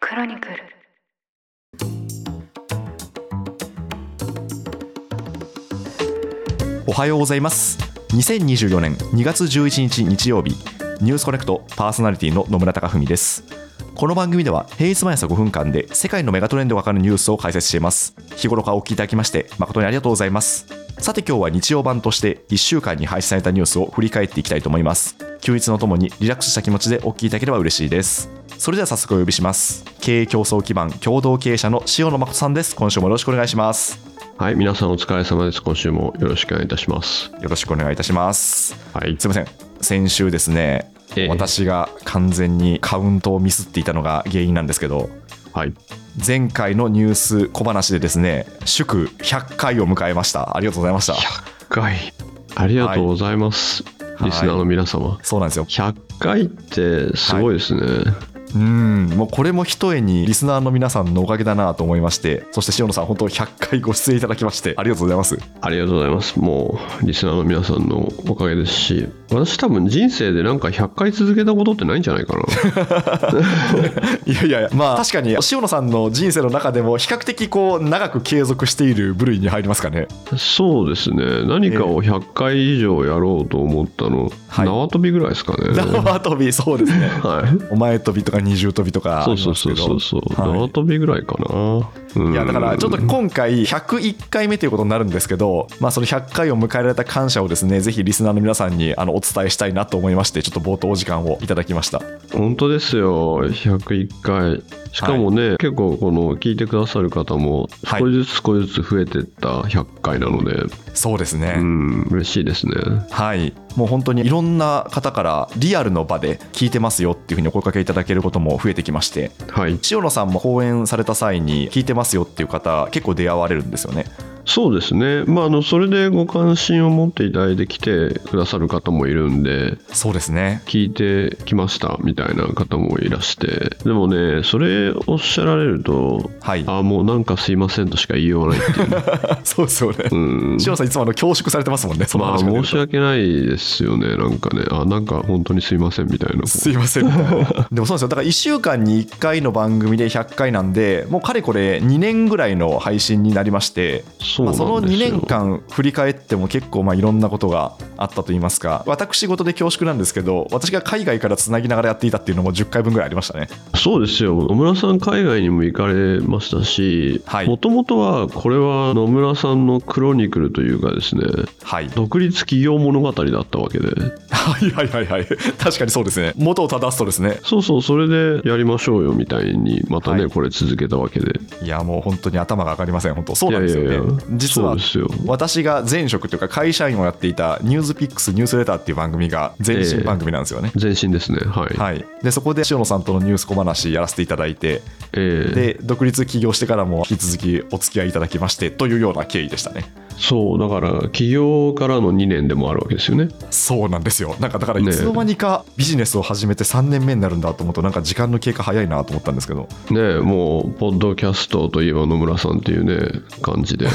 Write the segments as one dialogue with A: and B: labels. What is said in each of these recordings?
A: クロニクル
B: おはようございます2024年2月11日日曜日ニュースコネクトパーソナリティの野村貴文ですこの番組では平日毎朝5分間で世界のメガトレンドがわかるニュースを解説しています日頃からお聞きいただきまして誠にありがとうございますさて今日は日曜版として1週間に配信されたニュースを振り返っていきたいと思います休日のともにリラックスした気持ちでお聞きいただければ嬉しいですそれでは早速お呼びします経営競争基盤共同経営者の塩野誠さんです今週もよろしくお願いします
C: はい、皆さんお疲れ様です。今週もよろしくお願いいたします。
B: よろしくお願いいたします
C: はい
B: すいません先週ですね、
C: ええ
B: 私が完全にカウントをミスっていたのが原因なんですけど
C: はい、
B: 前回のニュース小話でですね祝100回を迎えましたありがとうございました
C: 100回。ありがとうございます。
B: い
C: リスナーの皆様。
B: そうなんですよ
C: 100回ってすごいですね。
B: うんもうこれも一重にリスナーの皆さんのおかげだなと思いましてそして塩野さん本当100回ご出演いただきましてありがとうございます
C: ありがとうございます。もう、リスナーの皆さんのおかげですし、私多分人生でなんか100回続けたことってないんじゃないかな。
B: いやいやいやまあ確かに塩野さんの人生の中でも比較的こう長く継続している部類に入りますかね
C: そうですね。何かを100回以上やろうと思ったの、
B: はい
C: 縄跳びぐらいですかね。
B: 縄跳びそうですね
C: はい。
B: お前跳びとか二重跳びとかあ
C: そう
B: り
C: そう
B: ます
C: そ
B: け
C: う
B: ど
C: そうそう。
B: はい
C: 縄跳びぐらいかな。うん
B: いやだからちょっと今回101回目ということになるんですけど、まあ、その100回を迎えられた感謝をですねぜひリスナーの皆さんにあのお伝えしたいなと思いましてちょっと冒頭お時間をいただきました
C: 本当ですよ101回しかもね、結構この聞いてくださる方も
B: はい
C: 少しずつ少しずつ増えてった100回なので、
B: そうですね、
C: うん嬉しいですね
B: はいもう本当にいろんな方からリアルの場で聞いてますよっていうふうにお声かけいただけることも増えてきまして
C: はい
B: 塩野さんも講演された際に聞いてますよっていう方結構出会われるんですよね
C: そうですねまああのそれでご関心を持っていただいてきてくださる方もいるんで
B: そうですね
C: 聞いてきましたみたいな方もいらしてでもねそれおっしゃられると
B: はい
C: ああもうなんかすいませんとしか言いようがないっていうね
B: そうですよね
C: うん
B: 塩野さんいつもあの恐縮されてますもんねその
C: まあ
B: 話が出る
C: 申
B: と
C: し訳ないですよねなんかねあなんか本当にすいませんみたいな
B: すいませんでもそうなんですよだから1週間に1回の番組で100回なんでもうかれこれ2年ぐらいの配信になりまして
C: そう
B: ま
C: なん
B: あ
C: です
B: そ
C: よ、
B: の2年間振り返っても結構まあいろんなことがあったと言いますか私事で恐縮なんですけど私が海外からつなぎながらやっていたっていうのも10回分ぐらいありましたね
C: そうですよ野村さん海外にも行かれましたし
B: はい
C: もともとはこれは野村さんのクロニクルというかですね
B: はい
C: 独立企業物語だったわけで
B: はいはいはいはい確かにそうですね元を正すとですね
C: そうそうそれでやりましょうよみたいにまたね、
B: はい
C: これ続けたわけで
B: いやもう本当に頭が上がりません本当そうなんですよね
C: いやいやいや
B: 実は
C: そうですよ
B: 私が前職というか会社員をやっていた「ニュースピックスニュースレター」っていう番組が前身番組なんですよね、
C: 前進ですねはい、
B: はい、でそこで塩野さんとのニュース小話やらせていただいて
C: えー
B: で独立起業してからも引き続きお付き合いいただきましてというような経緯でしたね
C: そうだから起業からの2年でもあるわけですよね
B: そうなんですよなんかだからい
C: ね
B: つの間にかビジネスを始めて3年目になるんだと思うとなんか時間の経過早いなと思ったんですけど
C: ねえもうポッドキャストといえば野村さんっていうね感 じで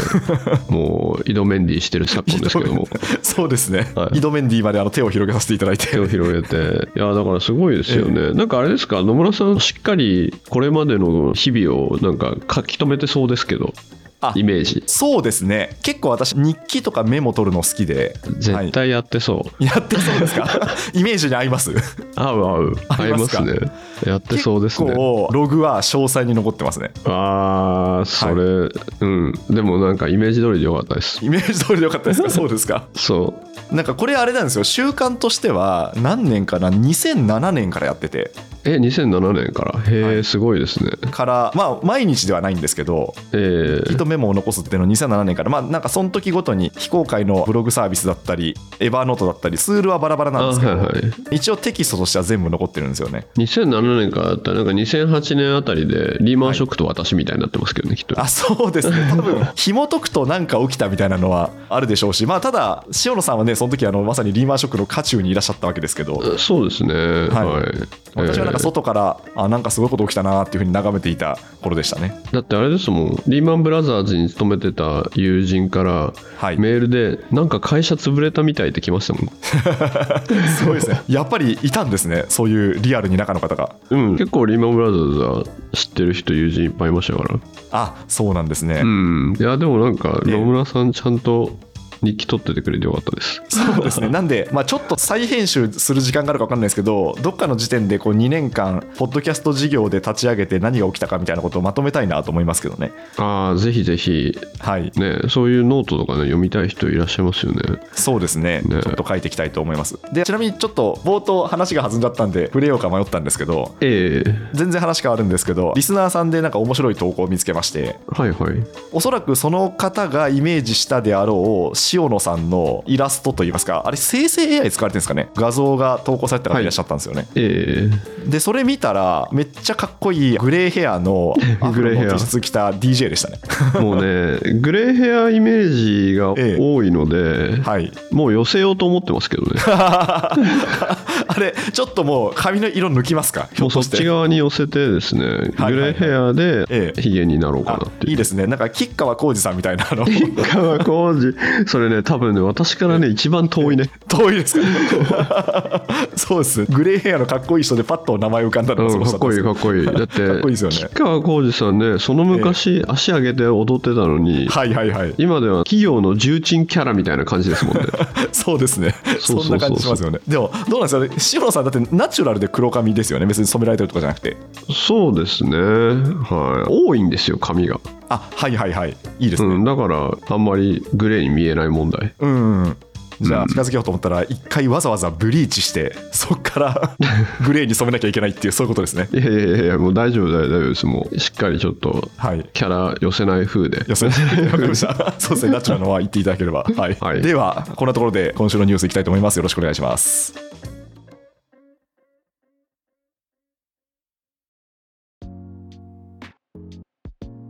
C: もう井戸メンディーしてる昨今ですけども
B: そうですね、
C: はい
B: 井戸メンディーまであの手を広げさせていただいて
C: 手を広げていやだからすごいですよね、なんかあれですか野村さんしっかりこれまでの日々をなんか書き留めてそうですけど
B: あ
C: イメージ
B: そうですね結構私日記とかメモ取るの好きで
C: 絶対やってそう、
B: やってそうですか イメージに合います
C: 合う合う
B: 合
C: 合
B: い
C: い
B: ま
C: ます
B: か
C: すねやってそうですね
B: 結構ログは詳細に残ってますね
C: ああそれ、うんでもなんかイメージ通りでよかったです
B: イメージ通りでよかったです かそうですか
C: そ
B: なんかこれあれなんですよ習慣としては何年かな2007年からやってて
C: うえ2007年からへえ、すごいですね
B: からまあ毎日ではないんですけど
C: えー
B: ヒットメモを残すっていうのを2007年からまあなんかその時ごとに非公開のブログサービスだったりエバーノートだったりツールはバラバラなんですけど、
C: あはいはい、
B: 一応テキストとしては全部残ってるんですよね
C: 2007年からだったらなんか2008年あたりでリーマンショックと私みたいになってますけどね、きっと
B: あ そうですね多分紐解くと何か起きたみたいなのはあるでしょうしまあただ塩野さんはね、その時あのまさにリーマンショックの渦中にいらっしゃったわけですけど、
C: そうですね。はい。
B: 私はなんか
C: えー
B: 外から、あなんかすごいこと起きたなっていうふうに眺めていた頃でしたね。
C: だってあれですもん、リーマンブラザーズに勤めてた友人から、
B: はい
C: メールで、なんか会社潰れたみたいって来ましたもん。
B: すごいですね。 やっぱりいたんですね、そういうリアルに中の方が。
C: うん、結構リーマンブラザーズは知ってる人、友人いっぱいいましたから。
B: あそうなんですね。
C: うん、いや、でもなんか、
B: ええ
C: 野村さん、ちゃんと日記取っててくれてよかったです。
B: そうですね。なんで、まあ、ちょっと再編集する時間があるか分かんないですけど、どっかの時点でこう2年間、ポッドキャスト事業で立ち上げて何が起きたかみたいなことをまとめたいなと思いますけどね。
C: ああ、ぜひぜひ、
B: はい、
C: ね、そういうノートとかね、読みたい人いらっしゃいますよね。
B: そうですね
C: ね
B: ちょっと書いていきたいと思います。で、ちなみにちょっと冒頭、話が弾んじゃったんで、触れようか迷ったんですけど、
C: ええ
B: 全然話変わるんですけど、リスナーさんでなんか面白い投稿を見つけまして、
C: はいはい。
B: おそらくその方がイメージしたであろう塩野さんのイラストといいますかあれ生成 AI 使われてるんですかね画像が投稿されてた方いらっしゃったんですよね、
C: ええ
B: でそれ見たらめっちゃかっこいいグレーヘア のアフロの T シャツ着た DJ でしたね
C: もう ね、グレーヘアイメージが
B: ええ
C: 多いので、
B: はい
C: もう寄せようと思ってま すけどね。
B: あれちょっともう髪の色抜きますかひょ
C: もう
B: っ
C: そ
B: と
C: っ
B: して
C: ち側に寄せてですね、
B: はい
C: グレーヘア
B: え
C: で
B: え
C: ヒゲになろうかな
B: あ
C: って
B: い
C: い。
B: いうですねなんか吉川浩司さんみたいなあの
C: 川浩二それね多分ね私からね一番遠いね
B: 遠いですか そうですグレーヘアのかっこいい人でパッと名前浮かんだのが
C: う
B: そ
C: ん
B: の
C: か
B: 人
C: っこいい
B: だ
C: か
B: たん
C: っこいいだって
B: かっこいいですよね
C: 吉川浩司さんねその昔、足上げて踊ってたのに、
B: ですはいはいはい
C: 今では企業の重鎮キャラみたいな感じですもんね
B: そうですね。
C: そうそうそ
B: そんな
C: うそう
B: 感じしますよね。でも、どうなんですかね。塩野さん、だってナチュラルで黒髪ですよね。別に染められてるとかじゃなくて。
C: そうですねはい多いんですよ髪が、
B: あはいはいはい。いいですね。
C: うん、だからあんまりグレーに見えない問題
B: うん、うん。じゃあ、近づけようと思ったら、一回わざわざブリーチして、そっから グレーに染めなきゃいけないっていう、そういうことですね。
C: いやいやいやいやもう大丈夫大丈夫ですもうしっかりちょっと
B: はい。
C: キャラ寄せない風で
B: よせわかりました。そうですね。ナチュラルのは言っていただければ。はい。
C: はい
B: では、こんなところで今週のニュースいきたいと思います。よろしくお願いします。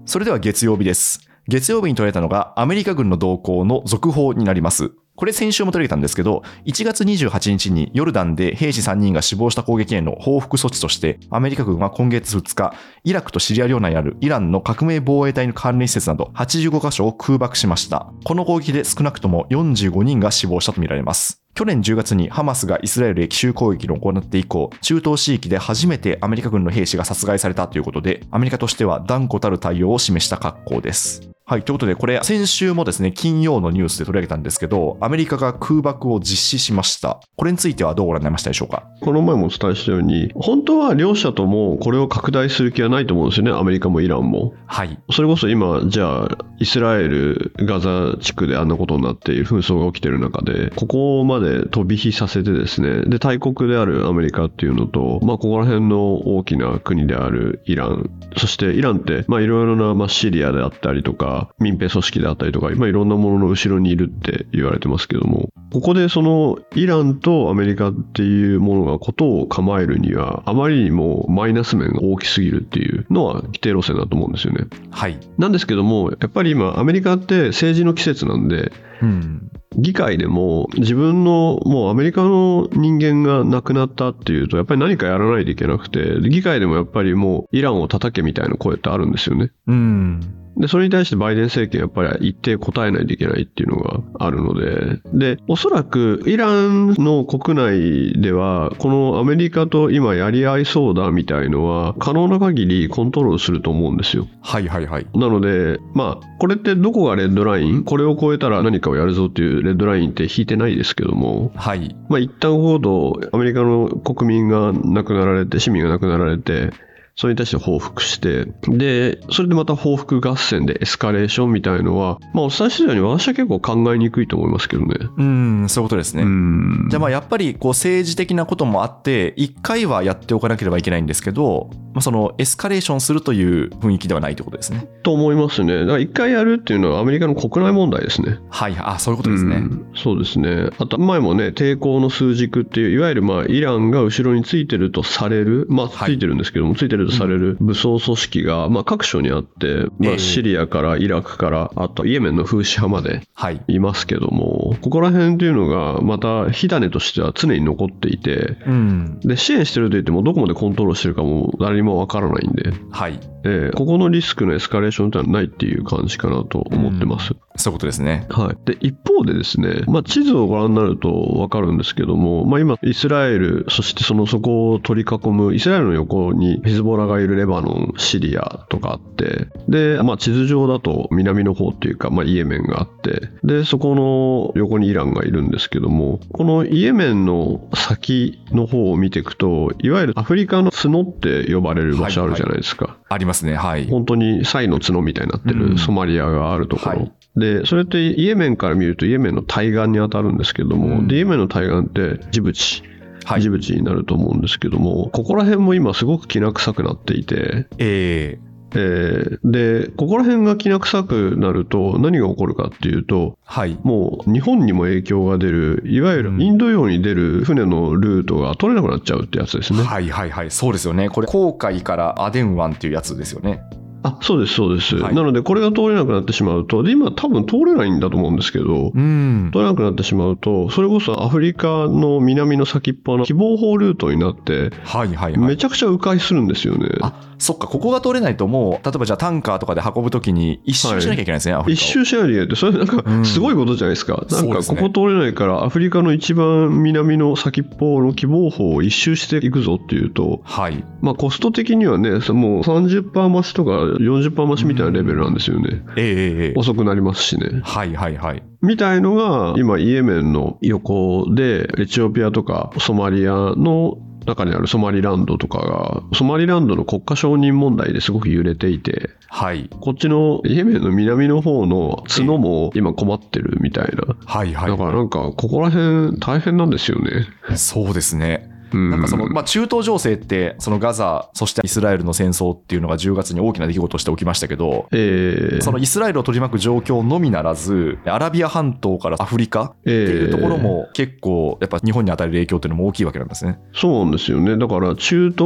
B: それでは月曜日です。月曜日に取れたのがアメリカ軍の動向の続報になります。これ先週も取り上げたんですけど、1月28日にヨルダンで兵士3人が死亡した攻撃への報復措置として、アメリカ軍は今月2日、イラクとシリア領内にあるイランの革命防衛隊の関連施設など85カ所を空爆しました。この攻撃で少なくとも45人が死亡したとみられます。去年10月にハマスがイスラエルへ奇襲攻撃を行って以降、中東地域で初めてアメリカ軍の兵士が殺害されたということで、アメリカとしては断固たる対応を示した格好です。はい。ということで、これ、先週もですね、金曜のニュースで取り上げたんですけど、アメリカが空爆を実施しました。これについてはどうご覧になりましたでしょうか
C: この前もお伝えしたように、本当は両者ともこれを拡大する気はないと思うんですよね、アメリカもイランも。
B: はい。
C: それこそ今、じゃあ、イスラエル、ガザ地区であんなことになっている、紛争が起きている中で、ここまで飛び火させてですね、で、大国であるアメリカっていうのと、まあ、ここら辺の大きな国であるイラン、そしてイランって、まあ、いろいろな、まあ、シリアであったりとか、民兵組織であったりとか、まあ、いろんなものの後ろにいるって言われてますけども、ここでそのイランとアメリカっていうものがことを構えるには、あまりにもマイナス面が大きすぎるっていうのは規定路線だと思うんですよね。
B: はい。
C: なんですけども、やっぱり今、アメリカって政治の季節なんで、
B: うん。
C: 議会でも自分のもうアメリカの人間が亡くなったっていうと、やっぱり何かやらないといけなくて、で議会でもやっぱりもうイランを叩けみたいな声ってあるんですよね。
B: うん。
C: で、それに対してバイデン政権やっぱり一定答えないといけないっていうのがあるので、で、おそらくイランの国内では、このアメリカと今やり合いそうだみたいのは、可能な限りコントロールすると思うんですよ。
B: はいはいはい。
C: なので、まあ、これってどこがレッドラインこれを超えたら何かをやるぞっていうレッドラインって引いてないですけども、
B: はい。
C: まあ、一旦ほどアメリカの国民が亡くなられて、市民が亡くなられて、それに対して報復して、で、それでまた報復合戦でエスカレーションみたいのは、まあ、お伝えしてたように私は結構考えにくいと思いますけどね。
B: うん、そういうことですね。
C: うん
B: じゃあまあやっぱりこう政治的なこともあって、一回はやっておかなければいけないんですけど、まあ、そのエスカレーションするという雰囲気ではないということですね。
C: と思いますね。だから一回やるっていうのはアメリカの国内問題ですね。
B: はい、あそういうことです
C: う
B: ね。
C: んそうですね。あと、前もね、抵抗の数軸っていう、いわゆるまあイランが後ろについてるとされる、まあ、
B: はい
C: ついてるんですけども、ついてるとされる武装組織が、まあ、各所にあって、ま
B: ええ
C: あ、シリアからイラクからあとイエメンの風刺派まで
B: はい。
C: いますけどもここら辺っていうのがまた火種としては常に残っていて
B: うん。
C: で支援してるといってもどこまでコントロールしてるかも誰にもわからないんで、
B: はい。
C: ええここのリスクのエスカレーションってのはないっていう感じかなと思ってます。
B: そういうことですね。
C: はい、で一方でですね、まあ、地図をご覧になると分かるんですけども、まあ、今イスラエルそしてそのそこを取り囲むイスラエルの横にヒズボラがいるレバノンシリアとかあってで、まあ、地図上だと南の方っていうか、まあ、イエメンがあってでそこの横にイランがいるんですけどもこのイエメンの先の方を見ていくといわゆるアフリカの角って呼ばれる場所あるじゃないですか。
B: ありますね。はい。
C: 本当にサイの角みたいになって
B: うん
C: るソマリアがあるところ、
B: はい
C: でそれってイエメンから見るとイエメンの対岸に当たるんですけど
B: う
C: も、
B: ん
C: でイエメンの対岸ってジブチ、
B: はい
C: ジブチになると思うんですけどもここら辺も今すごくきな臭くなっていて、
B: え
C: えーでここら辺がきな臭くなると何が起こるかっていうと
B: ーはい。
C: もう日本にも影響が出るいわゆるインド洋に出る船のルートが取れなくなっちゃうってやつですね、
B: はいはいはい。そうですよね。これ、航海からアデン湾っていうやつですよね。
C: あそうですそうです、
B: はい
C: なのでこれが通れなくなってしまうとで今多分通れないんだと思うんですけど
B: うん。
C: 通れなくなってしまうとそれこそアフリカの南の先っぽの希望法ルートになって
B: はいはいはい。
C: めちゃくちゃ迂回するんですよね
B: あそっか、ここが通れないと、もう、例えばじゃあタンカーとかで運ぶときに、一周しなきゃいけないですね、アフリ
C: 一
B: カを。
C: 周しないでってそれなん
B: うん
C: かすごいことじゃないですか、なん
B: そうで
C: か
B: す
C: こ
B: ね
C: こ通れないからアフリカの一番南の先っぽの希望法を一周していくぞっていうと
B: はい。
C: まあコスト的にはねそもう30%増しとか40%増しみたいなレベルなんですよね、
B: ええええええ
C: 遅くなりますしね
B: はいはいはい。
C: みたいのが今イエメンの横でエチオピアとかソマリアの中にあるソマリランドとかがソマリランドの国家承認問題ですごく揺れていて
B: はい。
C: こっちのイエメンの南の方の角も今困ってるみたいな。
B: はいは
C: だ
B: い
C: か。らなんかここら辺大変なんですよね。
B: そうですね。
C: うん、
B: なんかその、まあ、中東情勢って、そのガザ、そしてイスラエルの戦争っていうのが10月に大きな出来事として起きましたけど、
C: えー
B: そのイスラエルを取り巻く状況のみならず、アラビア半島からアフリカ
C: え
B: って
C: ー
B: いうところも結構、やっぱ日本に与える影響っていうのも大きいわけなんですね。
C: そうなんですよね。だから中東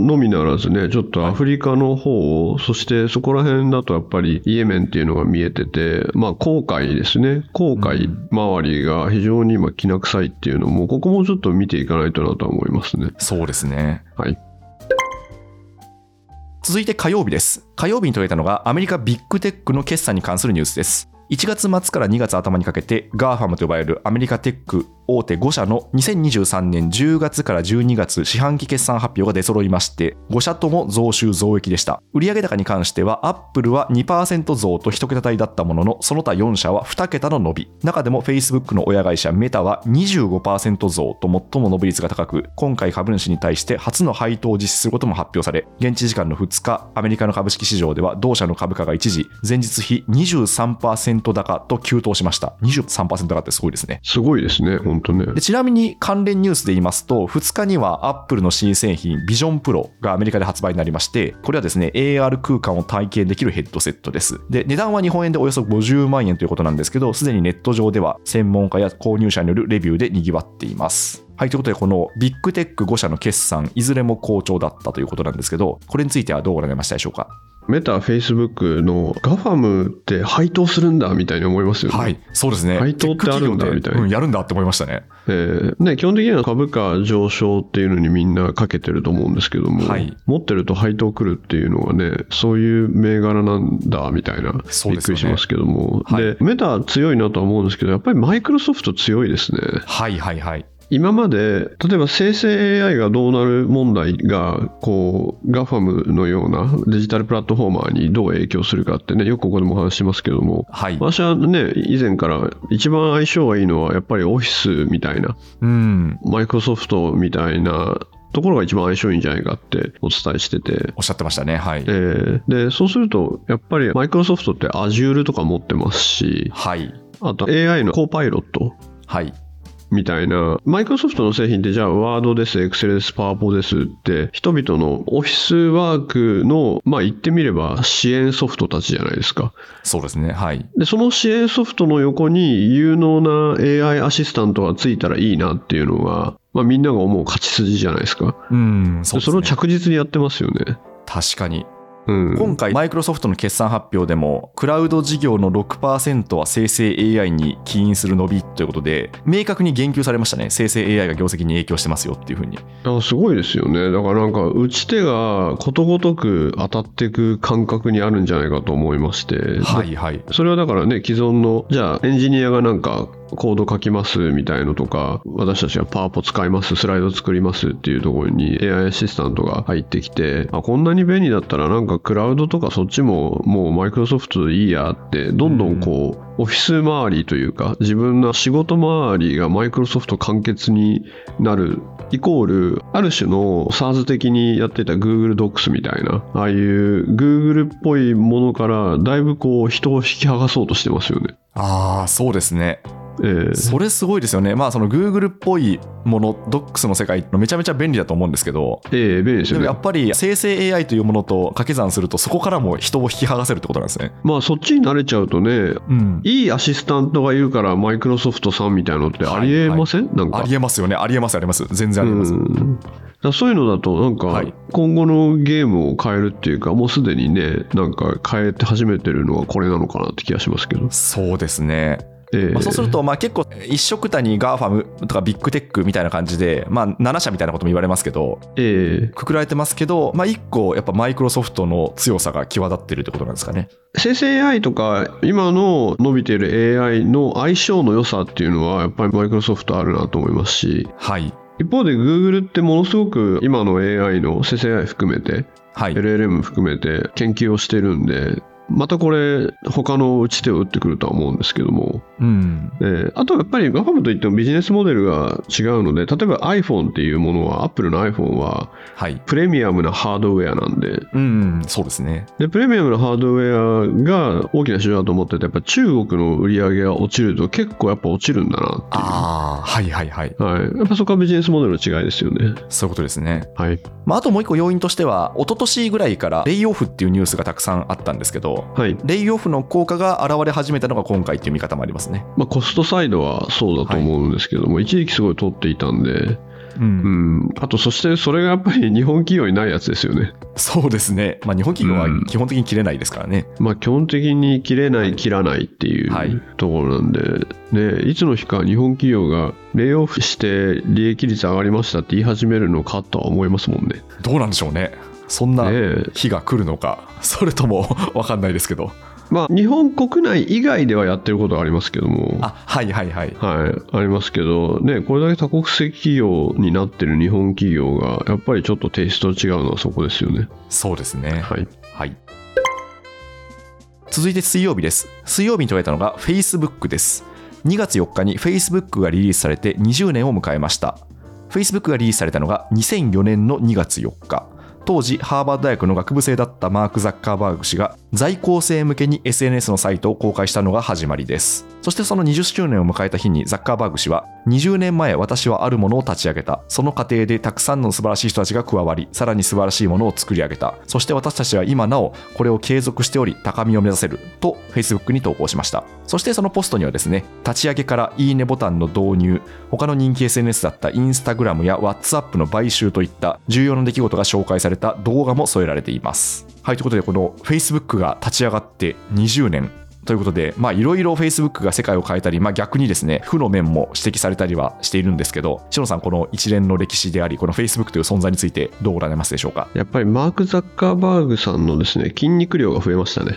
C: のみならずね、ちょっとアフリカの方を、そしてそこら辺だとやっぱりイエメンっていうのが見えてて、まあ航海ですね。航海周りが非常に今きな臭いっていうのも、ここもちょっと見ていかないとなとは思いますね。
B: そうですね。
C: はい。
B: 続いて火曜日です。火曜日に取れたのがアメリカビッグテックの決算に関するニュースです。1月末から2月頭にかけて GAFAM と呼ばれるアメリカテック大手5社の2023年10月から12月四半期決算発表が出揃いまして5社とも増収増益でした売上高に関してはアップルは2%増と1桁台だったもののその他4社は2桁の伸び中でも Facebook の親会社メタは25%増と最も伸び率が高く今回株主に対して初の配当を実施することも発表され現地時間の2日アメリカの株式市場では同社の株価が一時前日比23%高と急騰しました23%高ってすごいですね
C: すごいですね、本当ね。
B: でちなみに関連ニュースで言いますと2日にはアップルの新製品ビジョンプロがアメリカで発売になりましてこれはですね AR 空間を体験できるヘッドセットですで値段は日本円でおよそ50万円ということなんですけどすでにネット上では専門家や購入者によるレビューでにぎわっていますはいということでこのビッグテック5社の決算いずれも好調だったということなんですけどこれについてはどうご覧になりましたでしょうか
C: メタ、フェイスブックのガファムって配当するんだみたいに思いますよね。
B: はいそうですね
C: 配当ってあるんだ
B: テック企業で
C: みたいな
B: うんやるんだって思いましたね
C: えーね、基本的には株価上昇っていうのにみんなかけてると思うんですけども、
B: はい
C: 持ってると配当来るっていうのがねそういう銘柄なんだみたいな、
B: そう
C: び
B: で
C: っ
B: す
C: く
B: よね
C: りしますけども、
B: はい
C: でメタ強いなとは思うんですけどやっぱりマイクロソフト強いですね
B: はいはいはい
C: 今まで例えば生成 AI がどうなる問題がこう GAFAM のようなデジタルプラットフォーマーにどう影響するかってねよくここでもお話ししますけども
B: はい、
C: 私はね以前から一番相性がいいのはやっぱりオフィスみたいな
B: うん
C: マイクロソフトみたいなところが一番相性いいんじゃないかってお伝えしてて、
B: おっしゃってましたねはい
C: えーでそうするとやっぱりマイクロソフトって Azure とか持ってますし
B: はい
C: あと AI のコーパイロット
B: はい
C: みたいな、マイクロソフトの製品ってじゃあ、ワードです、エクセルです、パワポですって、人々のオフィスワークの、まあ言ってみれば支援ソフトたちじゃないですか。
B: そうですね。はい。
C: で、その支援ソフトの横に有能な AI アシスタントがついたらいいなっていうのが、まあみんなが思う勝ち筋じゃないですか。
B: うん、
C: で
B: そ
C: そう
B: です
C: れを
B: ね。
C: 着実にやってますよね。
B: 確かに。
C: うん。
B: 今回、マイクロソフトの決算発表でも、クラウド事業の6%は生成 AI に起因する伸びということで、明確に言及されましたね。生成 AI が業績に影響してますよっていうふうに。
C: あすごいですよね。だからなんか、打ち手がことごとく当たっていく感覚にあるんじゃないかと思いまして。
B: はいはい。
C: それはだからね、既存の、じゃあエンジニアがなんかコード書きますみたいのとか、私たちがパワポ使います、スライド作りますっていうところに AI アシスタントが入ってきて、あ、こんなに便利だったらなんかクラウドとかそっちももうマイクロソフトでいいやって、どんどんこう、オフィス周りというか、自分の仕事周りがマイクロソフト完結になるイコールある種の SARS 的にやってた Google Docs みたいなああいう Google っぽいものからだいぶこう人を引き剥がそうとしてますよね。
B: ああ、そうですね。
C: ええ
B: それすごいですよね。まあ、その Google っぽいもの、Docs の世界、めちゃめちゃ便利だと思うんですけど、
C: ええ便利です
B: でも
C: よね
B: や。っぱり生成 AI というものと掛け算すると、そこからも人を引き剥がせるってことなんですね。
C: まあそっちに慣れちゃうとね、
B: うん。
C: いいアシスタントがいるからマイクロソフトさんみたいのってありえません、なんか。
B: ありえますよね。ありえます、あります。全然ありえます。
C: うんだからそういうのだとなん
B: は
C: か
B: い
C: 今後のゲームを変えるっていうかもうすでにねなんか変えて始めてるのがこれなのかなって気がしますけど、
B: そうですね。
C: ええ
B: まあ、そうすると、まあ、結構、一色たにガーファムとかビッグテックみたいな感じで、まあ、7社みたいなことも言われますけど、
C: ええ
B: くくられてますけど、まあ、1個、やっぱマイクロソフトの強さが際立ってるってことなんですかね。
C: 生成 AI とか今の伸びている AI の相性の良さっていうのはやっぱりマイクロソフトあるなと思いますし
B: はい。
C: 一方で Google ってものすごく今の AI の生成 AI 含めて
B: はい。
C: LLM 含めて研究をしてるんでまたこれ他の打ち手を打ってくるとは思うんですけども、
B: うん。
C: えーあとやっぱり GAFAM といってもビジネスモデルが違うので例えば iPhone っていうものは Apple の iPhone は
B: はい。
C: プレミアムなハードウェアなんで
B: うん、そうですね。
C: でプレミアムのハードウェアが大きな市場だと思っててやっぱ中国の売り上げが落ちると結構やっぱ落ちるんだなっていう
B: ああ、はいはいはい。
C: はい、やっぱそこはビジネスモデルの違いですよね
B: そういうことですね。
C: はい
B: まあ、あともう一個要因としては、一昨年ぐらいからレイオフっていうニュースがたくさんあったんですけど、
C: はい、
B: レイオフの効果が現れ始めたのが今回っていう見方もありますね。
C: まあ、コストサイドはそうだと思うんですけども、一時期すごい取っていたんで
B: う、
C: うんんあとそしてそれがやっぱり日本企業にないやつですよね
B: そうですね。まあ、日本企業は基本的に切れないですからね。
C: まあ基本的に切れない切らないっていう
B: はい
C: ところなんで、ね、いつの日か日本企業がレイオフして利益率上がりましたって言い始めるのかとは思いますもんね
B: どうなんでしょうね。そんな
C: ねえ
B: 日が来るのか、それとも わかんないですけど。
C: まあ、日本国内以外ではやってることはありますけども、
B: あ、はいはいはい。
C: はい、ありますけど、ね、これだけ多国籍企業になってる日本企業が、やっぱりちょっとテイスト違うのはそこですよね。
B: そうですね。
C: はい、
B: はい。続いて水曜日です。水曜日に取られたのが Facebook です。2月4日に Facebook がリリースされて20年を迎えました。Facebook がリリースされたのが2004年の2月4日。当時、ハーバード大学の学部生だったマーク・ザッカーバーグ氏が在校生向けに SNS のサイトを公開したのが始まりです。そしてその20周年を迎えた日にザッカーバーグ氏は、20年前私はあるものを立ち上げた。その過程でたくさんの素晴らしい人たちが加わり、さらに素晴らしいものを作り上げた。そして私たちは今なお、これを継続しており、高みを目指せる。と、Facebook に投稿しました。そしてそのポストにはですね、立ち上げからいいねボタンの導入、他の人気 SNS だった Instagram や WhatsApp の買収といった重要な出来事が紹介された動画も添えられています。はい、ということで、この Facebook が立ち上がって20年ということで、まあ、いろいろ Facebook が世界を変えたり、まあ、逆にですね、負の面も指摘されたりはしているんですけど、篠野さん、この一連の歴史であり、この Facebook という存在についてどうご覧になりますでしょうか。
C: やっぱりマーク・ザッカーバーグさんのですね筋肉量が増えましたね。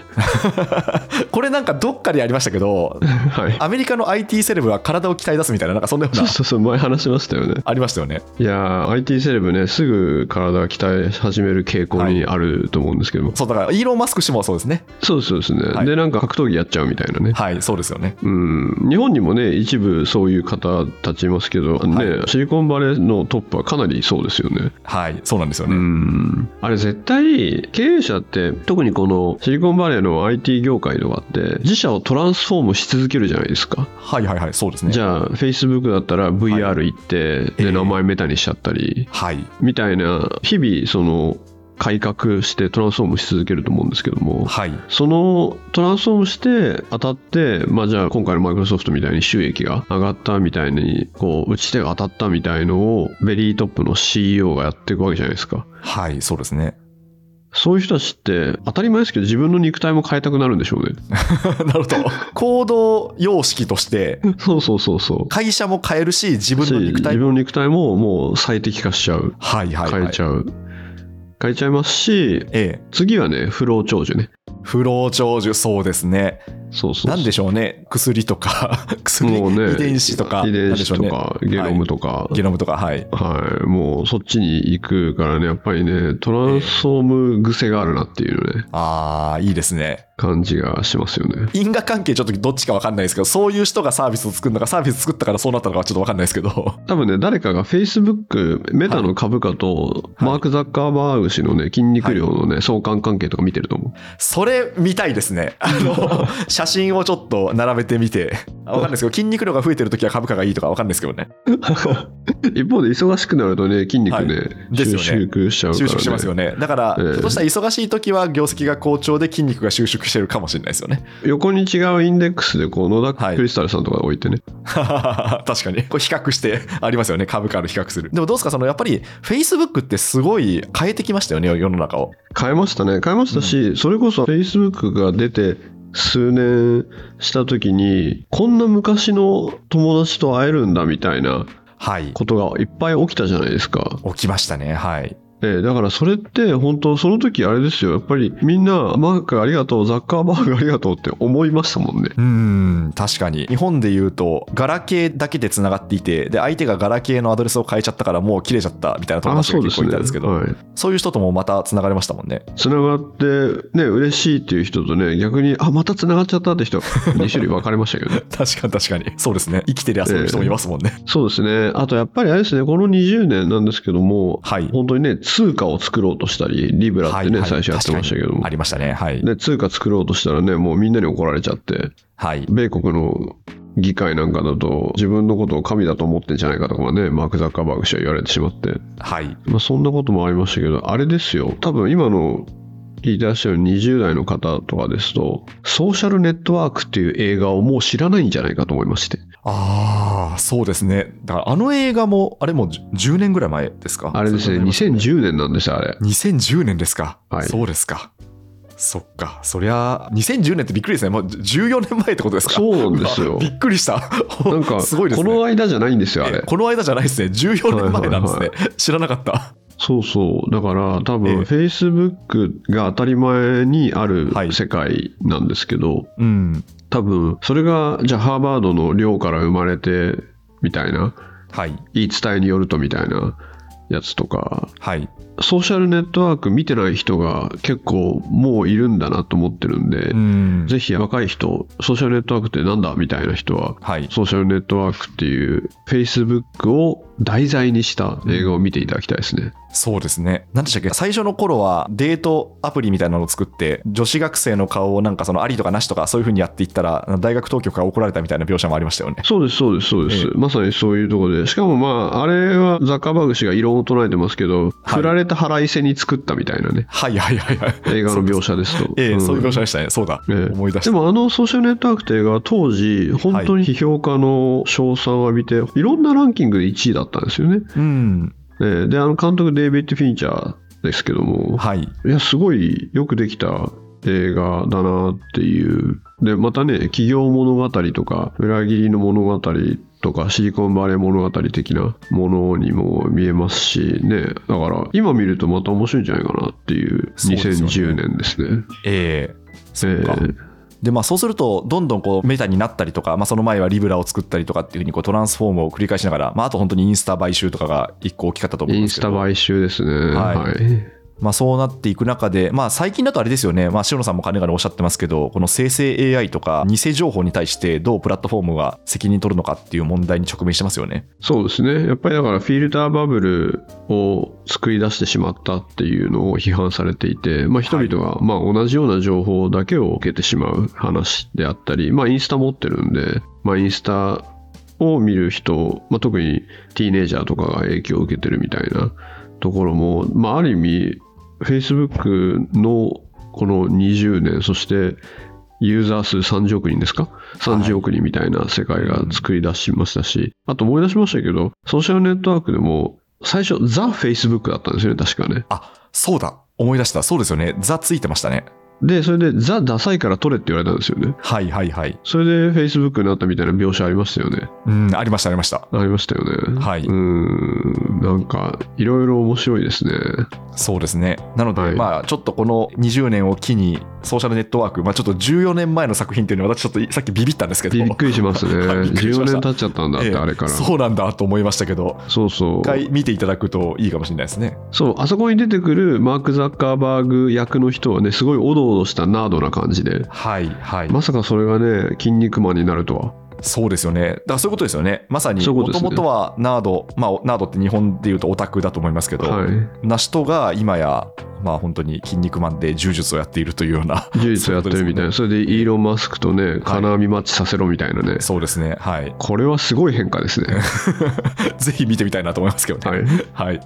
B: これなんかどっかでやりましたけど、
C: はい、
B: アメリカの IT セレブは体を鍛え出すみたいな、なんかそんなよう
C: そ
B: な
C: う、そうそう前話しましたよね。
B: ありましたよね。
C: いやー IT セレブねすぐ体鍛え始める傾向にあると思うんですけども、
B: そう、だから、イーロン・マスク氏もそうですね。
C: そうですそうですね、
B: はい
C: でなんか格闘技ややっちゃうみたいなね、
B: はい、そうですよね。
C: うん、日本にもね一部そういう方たちいますけど、ね、シリコンバレーのトップはかなりそうですよね。
B: はい、そうなんですよね。
C: うんあれ絶対経営者って特にこのシリコンバレーの IT 業界とかって自社をトランスフォームし続けるじゃないですか。
B: はいはいはい、そうですね。
C: じゃあ Facebook だったら VR 行って、
B: ええ
C: で名前メタにしちゃったり、
B: はい、
C: みたいな日々その改革してトランスフォームし続けると思うんですけども、
B: はい、
C: そのトランスフォームして当たって、まあ、じゃあ今回のマイクロソフトみたいに収益が上がったみたいにこう打ち手が当たったみたいのをベリートップの CEO がやっていくわけじゃないですか
B: はい、そうです ね。
C: そういう人たちって当たり前ですけど自分の肉体も変えたくなるんでしょうね
B: な るほど。行動様式として、
C: そうそうそうそう
B: 会社も変えるし、自分の肉
C: し自
B: 体も。
C: 分の肉体ももう最適化しちゃう
B: はいはい
C: 変
B: は
C: え
B: い
C: ち。ゃう、変えちゃいますし
B: ええ、
C: 次はね不老長寿ね
B: 不老長寿、そうですね。
C: そうそうそう
B: なんでしょうね。薬とか、 薬、
C: もうね
B: 遺伝子とか、な
C: 遺
B: ん
C: 伝
B: でし
C: 子
B: ょう
C: と
B: ね。
C: か、ゲノムとか、
B: ゲノムとか、はい。
C: はい、もうそっちに行くからね、やっぱりね、トランスフォーム癖があるなっていうね、
B: ああ、いいですね。
C: 感じがしますよね。
B: 因果関係ちょっとどっちか分かんないですけど、そういう人がサービスを作るのか、サービス作ったからそうなったのかはちょっと分かんないですけど。
C: 多分ね、誰かが Facebook、メタの株価と、
B: はい
C: マーク・ザッカーバーグ氏のね、筋肉量のね、相関関係とか見てる と思
B: それ見たいですね。あの、写真をちょっと並べてみて。あわかんないですけど、筋肉量が増えてるときは株価がいいとかわかんないですけどね。
C: う。一方で、忙しくなるとね、筋肉ね、
B: いですよ
C: 収
B: ね
C: 縮しちゃうから、
B: 収
C: ね。
B: 縮してますよね。だから、
C: ええ
B: ちょっとしたら忙しいときは業績が好調で筋肉が収縮してるかもしれないですよね。
C: 横に違うインデックスで、こう、野
B: は
C: 田
B: い
C: クリスタルさんとか置いてね。
B: 確かに。これ比較してありますよね。株価の比較する。でもどうですか、そのやっぱり Facebook ってすごい変えてきましたよね、世の中を。
C: 変えましたね変えましたし、それこそ Facebook が出て数年した時にこんな昔の友達と会えるんだみたいな
B: はい。
C: ことがいっぱい起きたじゃないですか、
B: 起きましたね。はい。
C: ええだからそれって本当その時あれですよやっぱりみんなマークありがとうザッカーバーグありがとうって思いましたもんね
B: うーん、確かに。日本で言うと、ガラケーだけで繋がっていて、で、相手がガラケーのアドレスを変えちゃったから、もう切れちゃったみたいな友達が結構いたんですけど、そう
C: はい、
B: いう人ともまた繋がれましたもんね。
C: つながってね嬉しいっていう人とね逆にあまたつながっちゃった って人2種類分かれましたけどね
B: 確かに確かに。そうですね。生きてりゃそういう人もいますもんね。
C: そうですね。あとやっぱりあれですね、この20年なんですけども、
B: はい
C: 本当にね、通貨を作ろうとしたり、リブラってね、
B: はい
C: 最初やってましたけ
B: 確
C: ど
B: かに
C: も
B: あ。りましたね。はい。
C: で通貨作ろうとしたらね、もうみんなに怒られちゃって、
B: はい。
C: 米国の議会なんかだと、自分のことを神だと思ってんじゃないかとかね、マーク・ザッカーバーグ氏は言われてしまって、
B: はい。
C: まあ、そんなこともありましたけど、あれですよ、多分今の聞いてらっしゃる20代の方とかですと、ソーシャルネットワークっていう映画をもう知らないんじゃないかと思いまして。
B: ああ、そうですね。だからあの映画も、あれもう10年ぐらい前ですか
C: あれですね、2010年なんですよ、あれ。
B: 2010年ですか、
C: はい
B: そうですか。そっか。そりゃ、2010年ってびっくりですね。もう14年前ってことですか
C: そうなんです よ
B: うわびっくりした。
C: なんか、
B: すごいです
C: こ
B: ね。
C: の間じゃないんですよ、あ
B: え
C: れ。
B: この間じゃないですね。14年前なんですね。
C: はい
B: 知らなかった。
C: そうそう。だから、多
B: ええ
C: 分、Facebook が当たり前にある
B: はい
C: 世界なんですけど、
B: うん。
C: 多分、それが、じゃあ、ハーバードの寮から生まれて、みたいな、
B: はい。
C: 言い伝えによるとみたいなやつとか、
B: はい。
C: ソーシャルネットワーク見てない人が結構もういるんだなと思ってるんで、
B: うん。
C: ぜひ若い人、ソーシャルネットワークってなんだみたいな人は、
B: はい。
C: ソーシャルネットワークっていう Facebook を題材にした映画を見ていただきたいですね。
B: そうですね。何でしたっけ最初の頃はデートアプリみたいなのを作って、女子学生の顔をなんかそのありとかなしとかそういう風にやっていったら、大学当局が怒られたみたいな描写もありましたよね。
C: そうです、そうです、そうです。
B: ええ
C: まさにそういうところで。しかもまあ、あれはザッカーバーグ氏が異論を唱えてますけど、
B: はい
C: 振られた腹いせに作ったみたいなね、
B: はいはいはいはい。
C: 映画の描写ですと。
B: ええ
C: ん
B: そういう描写でしたね。そうだ。
C: ええ
B: 思い出し
C: で
B: た。
C: もあのソーシャルネットワークって映画は当時本当に批評家の称賛を浴びていろんなランキングで1位だったんですよね。
B: うん。
C: ええであの監督デイビッド・フィンチャーですけども
B: はい。
C: いやすごいよくできた映画だなっていうでまたね企業物語とか裏切りの物語とかシリコンバレー物語的なものにも見えますしねだから今見るとまた面白いんじゃないかなっていう
B: そうですよね
C: 2010年ですね。
B: ええそうか。
C: ええ
B: でまあ、そうすると、どんどんこうメタになったりとか、まあ、その前はリブラを作ったりとかっていうふうにこうトランスフォームを繰り返しながら、まあ、あと本当にインスタ買収とかが一個大きかったと思うん
C: イ
B: で
C: ン
B: す
C: ス
B: け
C: タ
B: ど、
C: 買収ですね。
B: は
C: はいい。
B: まあ、そうなっていく中で、まあ、最近だとあれですよね、まあ、塩野さんも金がおっしゃってますけど、この生成 AI とか、偽情報に対してどうプラットフォームが責任取るのかっていう問題に直面してますよね。
C: そうですね。やっぱりだからフィルターバブルを作り出してしまったっていうのを批判されていて、まあ、人々がまあ同じような情報だけを受けてしまう話であったり、まあ、インスタ持ってるんで、まあ、インスタを見る人、まあ、特にティーネイジャーとかが影響を受けてるみたいなところも、まあ、ある意味 Facebook のこの20年そしてユーザー数30億人ですか30億人みたいな世界が作り出しましたし、あと思い出しましたけどソーシャルネットワークでも最初ザ・フェイスブックだったんですよね確かね
B: あそうだ、思い出した、そうですよね、ザついてましたね。
C: でそれでザ・ダサいから取れって言われたんですよね
B: はいはいはい。
C: それで Facebook になったみたいな描写ありましたよね
B: うん、ありました、ありました。
C: ありましたよね
B: はい
C: うんなんかいろいろ面白いですね
B: そうですね。なので、
C: はい
B: まあ、ちょっとこの20年を機に、ソーシャルネットワーク、まあ、ちょっと14年前の作品っていうのは、私、ちょっとさっきビビったんですけど、
C: びっくりします ね
B: はいびっくりし
C: 14
B: ました
C: 年経っちゃったんだっ
B: え
C: て
B: え
C: あれから
B: そうなんだと思いましたけど、
C: そうそう
B: 一回見ていただくといいかもしれないですね。
C: そう、あそこに出てくるマーク・ザッカーバーグ役の人はね、すごいおどおどしたナードな感じで、
B: はいはい。
C: まさかそれがね、筋肉マンになるとは。
B: そうですよね。だからそういうことですよね。まさに、
C: そういう
B: も
C: こ
B: と
C: とですね
B: もとはナード、まあ、ナードって日本でいうとオタクだと思いますけど、
C: はい。
B: な人が今や、まあ、本当に筋肉マンで柔術をやっているというよう な、
C: 事実をやってるみたいな、それでイーロン・マスクとね、金網マッチさせろみたいなね、
B: そうですね。はい。
C: これはすごい変化ですね。
B: ぜひ見てみたいなと思いますけどね。
C: は
B: は
C: い。
B: い。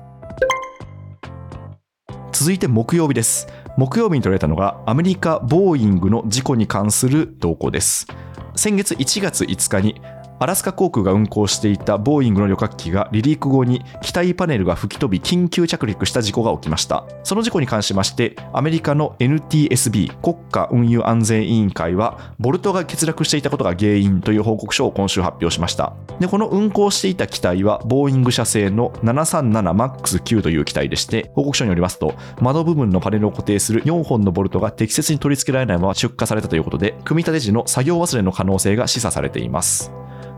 B: 続いて木曜日です。木曜日に取られたのがアメリカ・ボーイングの事故に関する動向です。先月1月5日にアラスカ航空が運航していたボーイングの旅客機が離陸後に機体パネルが吹き飛び緊急着陸した事故が起きました。その事故に関しましてアメリカの NTSB 国家運輸安全委員会はボルトが欠落していたことが原因という報告書を今週発表しました。で、この運航していた機体は、ボーイング社製の 737MAX9 という機体でして、報告書によりますと、窓部分のパネルを固定する4本のボルトが適切に取り付けられないまま出荷されたということで、組み立て時の作業忘れの可能性が示唆されています。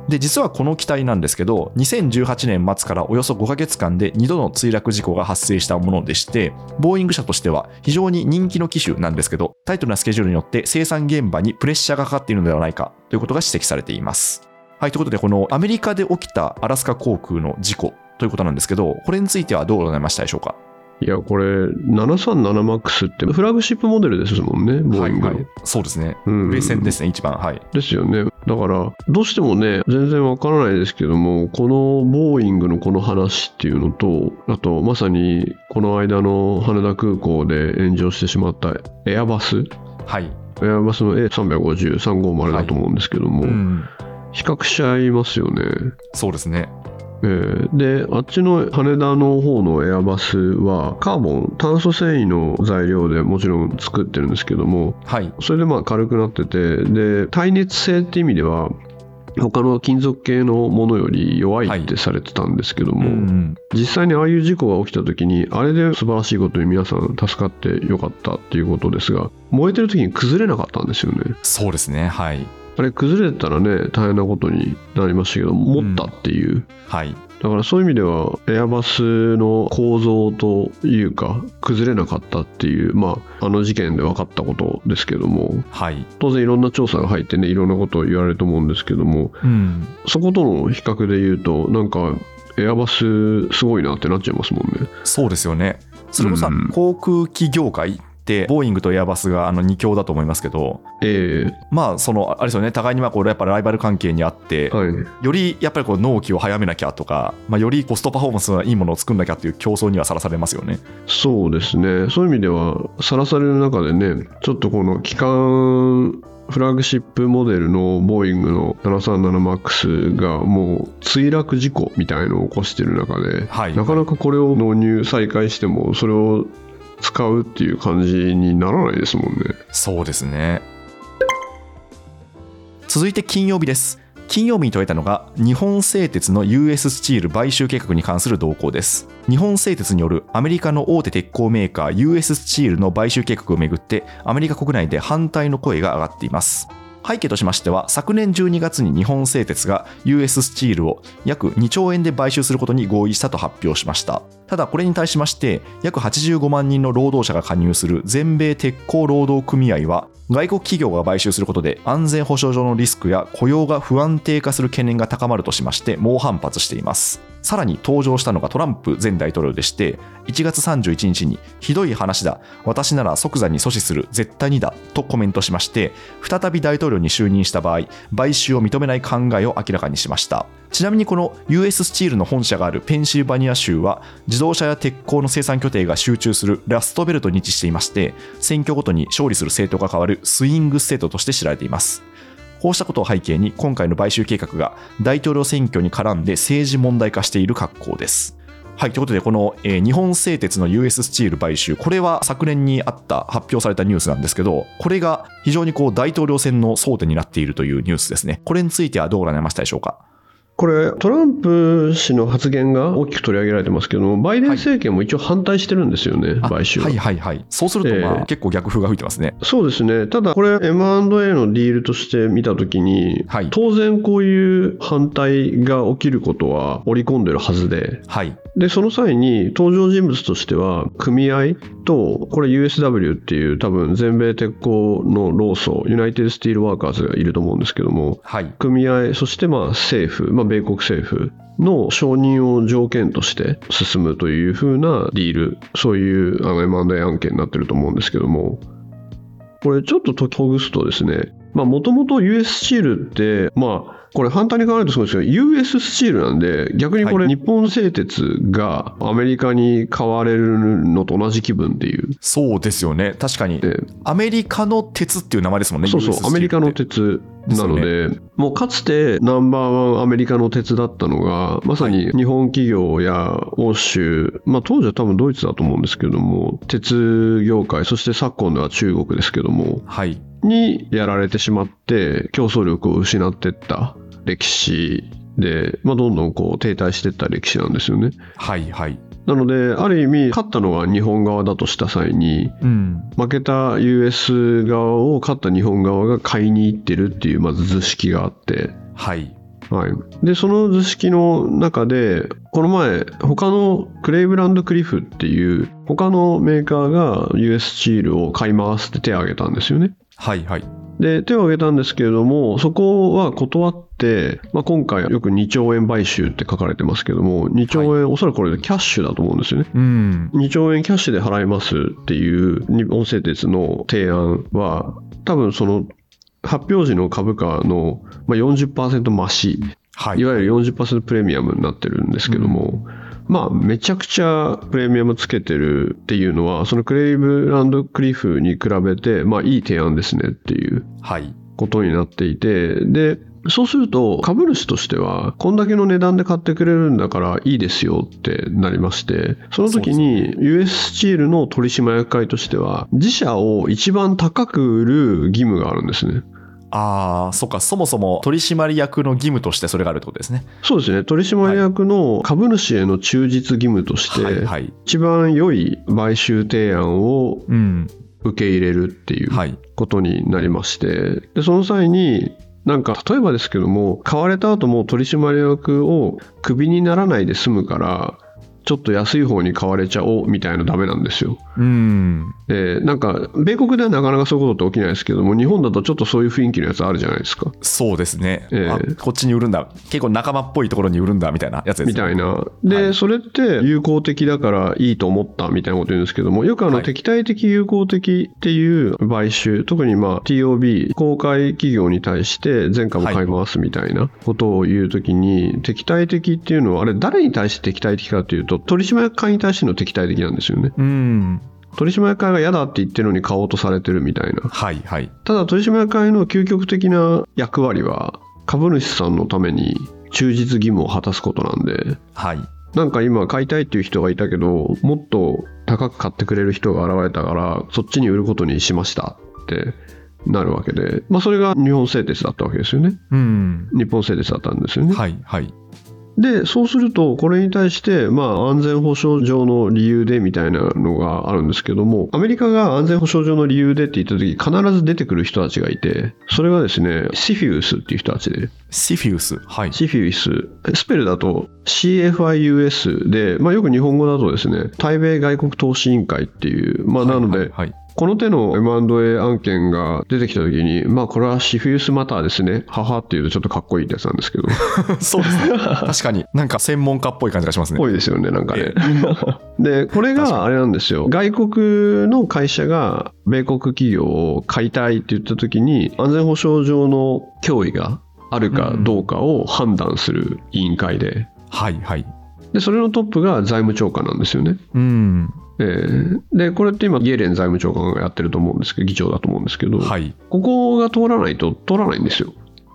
B: で実はこの機体なんですけど2018年末からおよそ5ヶ月間で2度の墜落事故が発生したものでしてボーイング社としては非常に人気の機種なんですけどタイトなスケジュールによって生産現場にプレッシャーがかかっているのではないかということが指摘されていますはいということでこのアメリカで起きたアラスカ航空の事故ということなんですけどこれについてはどうございましたでしょうか
C: いや、これ、737MAX ってフラグシップモデルですもんね、ボーイングの。
B: はいはい、そうですね
C: うん
B: 冷戦ですね一番はい
C: ですよね。だから、どうしてもね、全然わからないですけども、このボーイングのこの話っていうのと、あと、まさにこの間の羽田空港で炎上してしまったエアバス、
B: はい、
C: エアバスの A350、350だと思うんですけども、
B: うん、
C: 比較しちゃいますよね。
B: そうですね
C: えーで、あっちの羽田の方のエアバスは、カーボン、炭素繊維の材料でもちろん作ってるんですけども、
B: はい
C: それでまあ軽くなっててで耐熱性って意味では他の金属系のものより弱いってされてたんですけども、
B: ん
C: 実際にああいう事故が起きた時にあれで素晴らしいことに皆さん助かってよかったっていうことですが燃えてる時に崩れなかったんですよね
B: そうですねはい
C: あれ崩れてたらね大変なことになりましたけど持ったっていう、
B: はい
C: だからそういう意味ではエアバスの構造というか崩れなかったっていうまああの事件で分かったことですけども
B: はい
C: 当然いろんな調査が入ってねいろんなことを言われると思うんですけども
B: うん
C: そことの比較で言うとなんかエアバスすごいなってなっちゃいますもんね
B: そうですよね。それこそ、
C: うん
B: 航空機業界って、ボーイングとエアバスがあの2強だと思いますけど、
C: え
B: まあ、その、あれですよね、互いにまあこれやっぱライバル関係にあって
C: え、はい
B: よりやっぱりこう納期を早めなきゃとか、まあ、よりコストパフォーマンスのいいものを作んなきゃっていう競争にはさらされますよね。
C: そうですねそういう意味ではさらされる中でねちょっとこの機関フラッグシップモデルのボーイングの 737MAX がもう墜落事故みたいのを起こしてる中で
B: はい。
C: なかなかこれを納入再開してもそれを使うっていう感じにならないですもんね
B: そうですね。続いて金曜日です。金曜日に問えたのが日本製鉄の US スチール買収計画に関する動向です日本製鉄によるアメリカの大手鉄鋼メーカー US スチールの買収計画をめぐってアメリカ国内で反対の声が上がっています背景としましては昨年12月に日本製鉄が US スチールを約2兆円で買収することに合意したと発表しましたただこれに対しまして約85万人の労働者が加入する全米鉄鋼労働組合は外国企業が買収することで安全保障上のリスクや雇用が不安定化する懸念が高まるとしまして猛反発していますさらに登場したのがトランプ前大統領でして1月31日にひどい話だ私なら即座に阻止する絶対にだとコメントしまして再び大統領に就任した場合買収を認めない考えを明らかにしましたちなみにこの US スチールの本社があるペンシルバニア州は自動車や鉄鋼の生産拠点が集中するラストベルトに位置していまして選挙ごとに勝利する政党が変わるスイングステートとして知られていますこうしたことを背景に今回の買収計画が大統領選挙に絡んで政治問題化している格好です。はい、ということで、この、えー日本製鉄の US スチール買収、これは昨年にあった、発表されたニュースなんですけど、これが非常にこう大統領選の争点になっているというニュースですね。これについてはどうご覧になりましたでしょうか。
C: これ、トランプ氏の発言が大きく取り上げられてますけども、バイデン政権も一応反対してるんですよね、
B: あ
C: 買収は。
B: はいはいはい。そうすると、まあ
C: えー
B: 結構逆風が吹いてますね。
C: そうですね、ただこれ、M&A のディールとして見たときに、
B: はい
C: 当然こういう反対が起きることは織り込んでるはずで、
B: はい。
C: でその際に登場人物としては、組合と、これ、USW っていう、多分全米鉄鋼の労組、ユナイテッド・スティール・ワーカーズがいると思うんですけども、
B: はい。
C: 組合、そしてまあ政府、まあ、米国政府の承認を条件として進むというふうなディール、そういうあの M&A 案件になってると思うんですけども、これちょっと解きほぐすとですね、もともと US スチールって、まあ、これ反対に考えるとすごいですけど、US スチールなんで、逆にこれ、
B: は
C: 日本製鉄がアメリカに買われるのと同じ気分っていう。
B: そうですよね。確かに、
C: で
B: アメリカの鉄っていう名前ですもんね。
C: そうそう
B: US ス、チ
C: ア
B: ール
C: メ
B: って
C: リカの鉄なの
B: で
C: で、もうかつてナンバーワンアメリカの鉄だったのが、まさに日本企業や欧州、まあ、当時は多分ドイツだと思うんですけども、鉄業界、そして昨今では中国ですけども、
B: はい。
C: にやられてしまって、競争力を失ってった歴史で、まあ、どんどんこう停滞してった歴史なんですよね。
B: はいはい。
C: なので、ある意味、勝ったのが日本側だとした際に、
B: うん。
C: 負けた US 側を勝った日本側が買いに行ってるっていうまず図式があって、
B: はい。
C: はい、でその図式の中でこの前他のクレイブランド・クリフっていう他のメーカーが US チールを買い回すって手を挙げたんですよね。
B: はいはい。
C: で手を挙げたんですけれどもそこは断って、まあ、今回よく2兆円買収って書かれてますけども2兆円、おそらくこれキャッシュだと思うんですよね。
B: うん。
C: 2兆円キャッシュで払いますっていう日本製鉄の提案は、多分その発表時の株価のまあ40%増し、
B: はいい。
C: わゆる40%プレミアムになってるんですけども、まあ、めちゃくちゃプレミアムつけてるっていうのは、そのクレイブランド・クリフに比べて、まあ、いい提案ですねっていう
B: はい。
C: ことになっていて、で、そうすると株主としてはこんだけの値段で買ってくれるんだからいいですよってなりましてその時に US スチールの取締役会としては自社を一番高く売る義務があるんですね
B: ああ、そっか、そもそも取締役の義務としてそれがあるってことですね。
C: そうですね取締役の株主への忠実義務として、
B: はいはい。
C: 一番良い買収提案を
B: うん。
C: 受け入れるっていう
B: はい。
C: ことになりましてでその際になんか例えばですけども買われた後も取締役をクビにならないで済むからちょっと安い方に買われちゃおうみたいなのダメなんですよ。
B: うん。
C: でなんか米国ではなかなかそういうことって起きないですけども日本だとちょっとそういう雰囲気のやつあるじゃないですか
B: そうですね、
C: ええ
B: あこっちに売るんだ。結構仲間っぽいところに売るんだみたいなやつで
C: み
B: すね。
C: たいな。で、
B: はい
C: それって友好的だからいいと思ったみたいなこと言うんですけども、よくあ
B: は
C: の
B: い
C: 敵対的友好的っていう買収、特にまあ TOB、公開企業に対して全株買い回すみたいなことを言うときに、敵対的っていうのは、あれ誰に対して敵対的かというと、取締役会に対しての敵対的なんですよね。
B: うん。
C: 取締役会が嫌だって言ってるのに買おうとされてるみたいな。
B: はいはい。
C: ただ取締役会の究極的な役割は、株主さんのために忠実義務を果たすことなんで、
B: はい。
C: なんか今買いたいっていう人がいたけどもっと高く買ってくれる人が現れたからそっちに売ることにしましたってなるわけで、まあ、それが日本製鉄だったわけですよね
B: うん。
C: 日本製鉄だったんですよね、
B: はいはい。
C: で、そうすると、これに対して、まあ、安全保障上の理由でみたいなのがあるんですけども、アメリカが安全保障上の理由でって言った時、必ず出てくる人たちがいて、それがですね、シフィウスっていう人たちで、
B: シフィウス。はい。
C: シフィウス、スペルだと CFIUS で、まあ、よく日本語だとですね、対米外国投資委員会っていう、まあ、なので、
B: はいはい。
C: この手の M&A 案件が出てきた時に、まあ、これはシフィウスマターですね、母っていうとちょっとかっこいいやつな んですけど、
B: そうです ね。確かに、なんか専門家っぽい感じがしますね。
C: 多いですよね、なんかね
B: え。
C: で、これ
B: 確
C: があれなんですよ。外国の会社が米国企業を買いたいって言った時に、安全保障上の脅威があるかどうかを判断する委員会で、
B: はいはい。
C: で、それのトップが財務長官なんですよね。
B: うん。
C: えーで、これって今、イエレン財務長官がやってると思うんですけど、議長だと思うんですけど、
B: はい。
C: ここが通らないと通らないんですよ。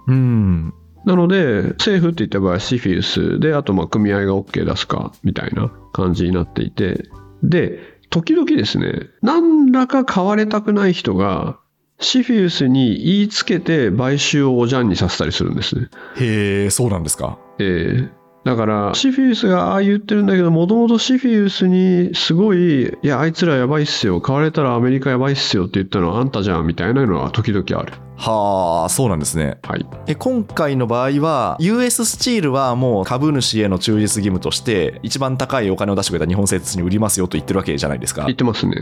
B: うん。
C: なので、政府って言った場合はシフィウスで、あとまあ組合が OK 出すかみたいな感じになっていて、で、時々ですね、何らか買われたくない人が、シフィウスに言いつけて買収をおじゃんにさせたりするんですね。
B: へえ、そうなんですか。
C: えーだから、シフィウスがああ言ってるんだけど、もともとシフィウスにすごい、いや、あいつらやばいっすよ、買われたらアメリカやばいっすよって言ったのはあんたじゃんみたいなのは時々ある。
B: はあ、そうなんですね。
C: はい。
B: え今回の場合は US スチールはもう株主への忠実義務として一番高いお金を出してくれた日本製鉄に売りますよと言ってるわけじゃないですか
C: 言ってますね。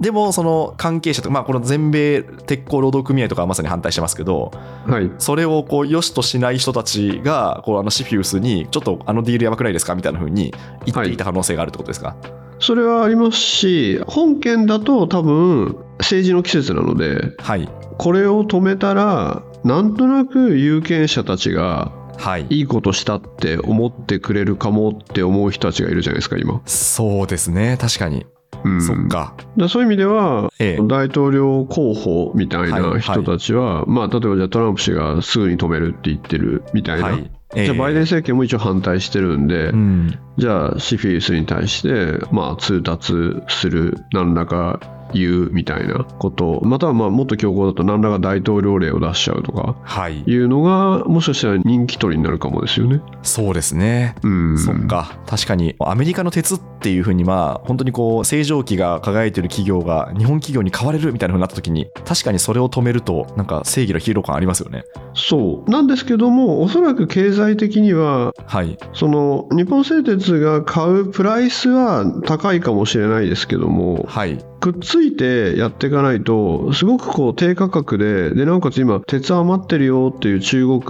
B: でもその関係者とか、まあ、この全米鉄鋼労働組合とかはまさに反対してますけど
C: はい。
B: それをこう良しとしない人たちがこうあのシフィウスにちょっとあのディールやばくないですかみたいな風に言っていた可能性があるってことですか、
C: それはありますし本件だと多分政治の季節なので
B: はい
C: これを止めたらなんとなく有権者たちが
B: はい
C: いいことしたって思ってくれるかもって思う人たちがいるじゃないですか今、
B: そうですね確かに、
C: うん、
B: そっか
C: だからそういう意味では
B: ええ
C: 大統領候補みたい
B: はい
C: な人たちは、まあ、例えばじゃあトランプ氏がすぐに止めるって言ってるみたいな、
B: はい
C: じゃあバイデン
B: ン
C: 政権も一応反対してるんで、
B: うん
C: じゃあシフィウスに対して、まあ、通達する何らか言うみたいなことまたはまあもっと強硬だと何らか大統領令を出しちゃうとか
B: はい
C: いうのがもしかしたら人気取りになるかもですよね。
B: そうですね
C: うん、
B: そっか確かにアメリカの鉄っていうふうにまあ本当にこう正常期が輝いてる企業が日本企業に買われるみたいなふうになった時に確かにそれを止めるとなんか正義のヒーロー感ありますよね
C: そうなんですけどもおそらく経済的には
B: はい
C: その日本製鉄が買うプライスは高いかもしれないですけども
B: はい
C: くっついてやっていかないとすごくこう低価格ででなおかつ今鉄余ってるよっていう中国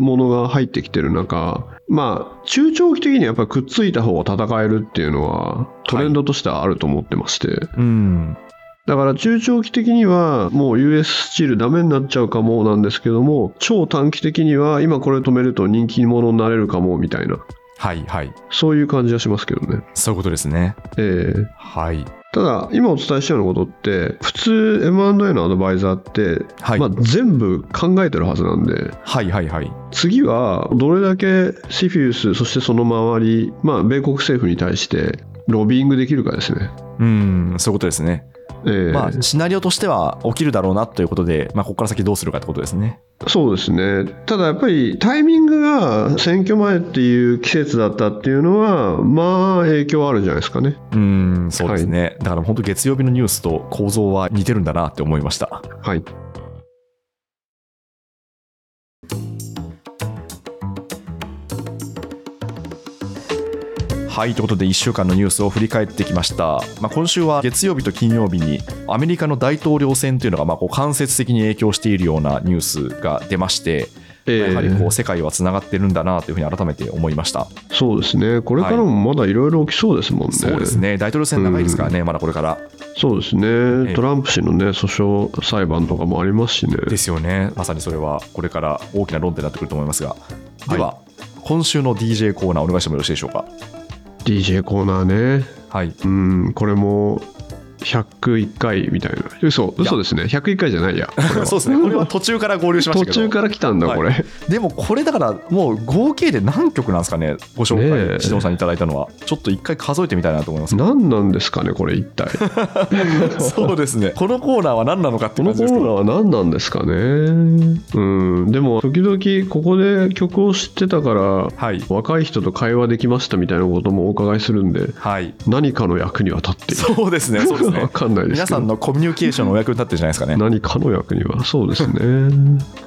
C: ものが入ってきてる中まあ中長期的にはやっぱりくっついた方が戦えるっていうのはトレンドとしてはあると思ってまして、
B: うん
C: だから中長期的にはもう US スチールダメになっちゃうかもなんですけども超短期的には今これ止めると人気者になれるかもみたいな
B: はいはい
C: そういう感じはしますけどね。
B: そういうことですね
C: ええ
B: はい
C: ただ今お伝えしたようなことって普通 M&A のアドバイザーって、
B: はい、
C: まあ、全部考えてるはずなんで
B: はいはいはい
C: 次はどれだけシフィウスそしてその周り、まあ、米国政府に対してロビーイングできるかですね。
B: うんそういうことですね、
C: ええ
B: まあシナリオとしては起きるだろうなということで、まあ、ここから先どうするかってことですね
C: そうですねただやっぱりタイミングが選挙前っていう季節だったっていうのはまあ影響あるんじゃないですかね。
B: うんそうですね、だから本当月曜日のニュースと構造は似てるんだなって思いました
C: はい、
B: はいということで1週間のニュースを振り返ってきました、まあ、今週は月曜日と金曜日にアメリカの大統領選というのがまあこう間接的に影響しているようなニュースが出まして、
C: ええ
B: やはりこう世界はつながってるんだなというふうに改めて思いました、
C: そうですねこれからもまだいろいろ起きそうですもんね。
B: そうですね大統領選長いですからね、まだこれから
C: そうです
B: ええ
C: ね、トランプ氏のね、訴訟裁判とかもありますしね。
B: ですよねまさにそれはこれから大きな論点になってくると思いますがでは、
C: は
B: 今週の DJ コーナーお願いしてもよろしいでしょうか
C: DJ コーナーね、
B: はい
C: うん、これも101回みたいな嘘嘘ですね101回じゃな いやこれ は
B: そうですねこれは途中から合流しました
C: 途
B: けど
C: 中から来たんだ
B: はい
C: これ、
B: でもこれだからもう合計で何曲なんですかねご紹
C: ねえ
B: 介獅童さんにいただいたのはちょっと一回数えてみたいなと思います
C: 何なんですかねこれ一 体
B: そうですねこのコーナーは何なのかって
C: こ
B: 感
C: の
B: じで
C: コ
B: すけ
C: ーナー
B: ど
C: は何なんですかねうんでも時々ここで曲を知ってたから
B: はい
C: 若い人と会話できましたみたいなこともお伺いするんで
B: はい
C: 何かの役には立っている
B: そうですねそうです
C: わ
B: ね
C: かんないですけ
B: 皆さ
C: ど
B: んのコミュニケーションのお役に立ってるじゃないですかね
C: 何かの役にはそうですね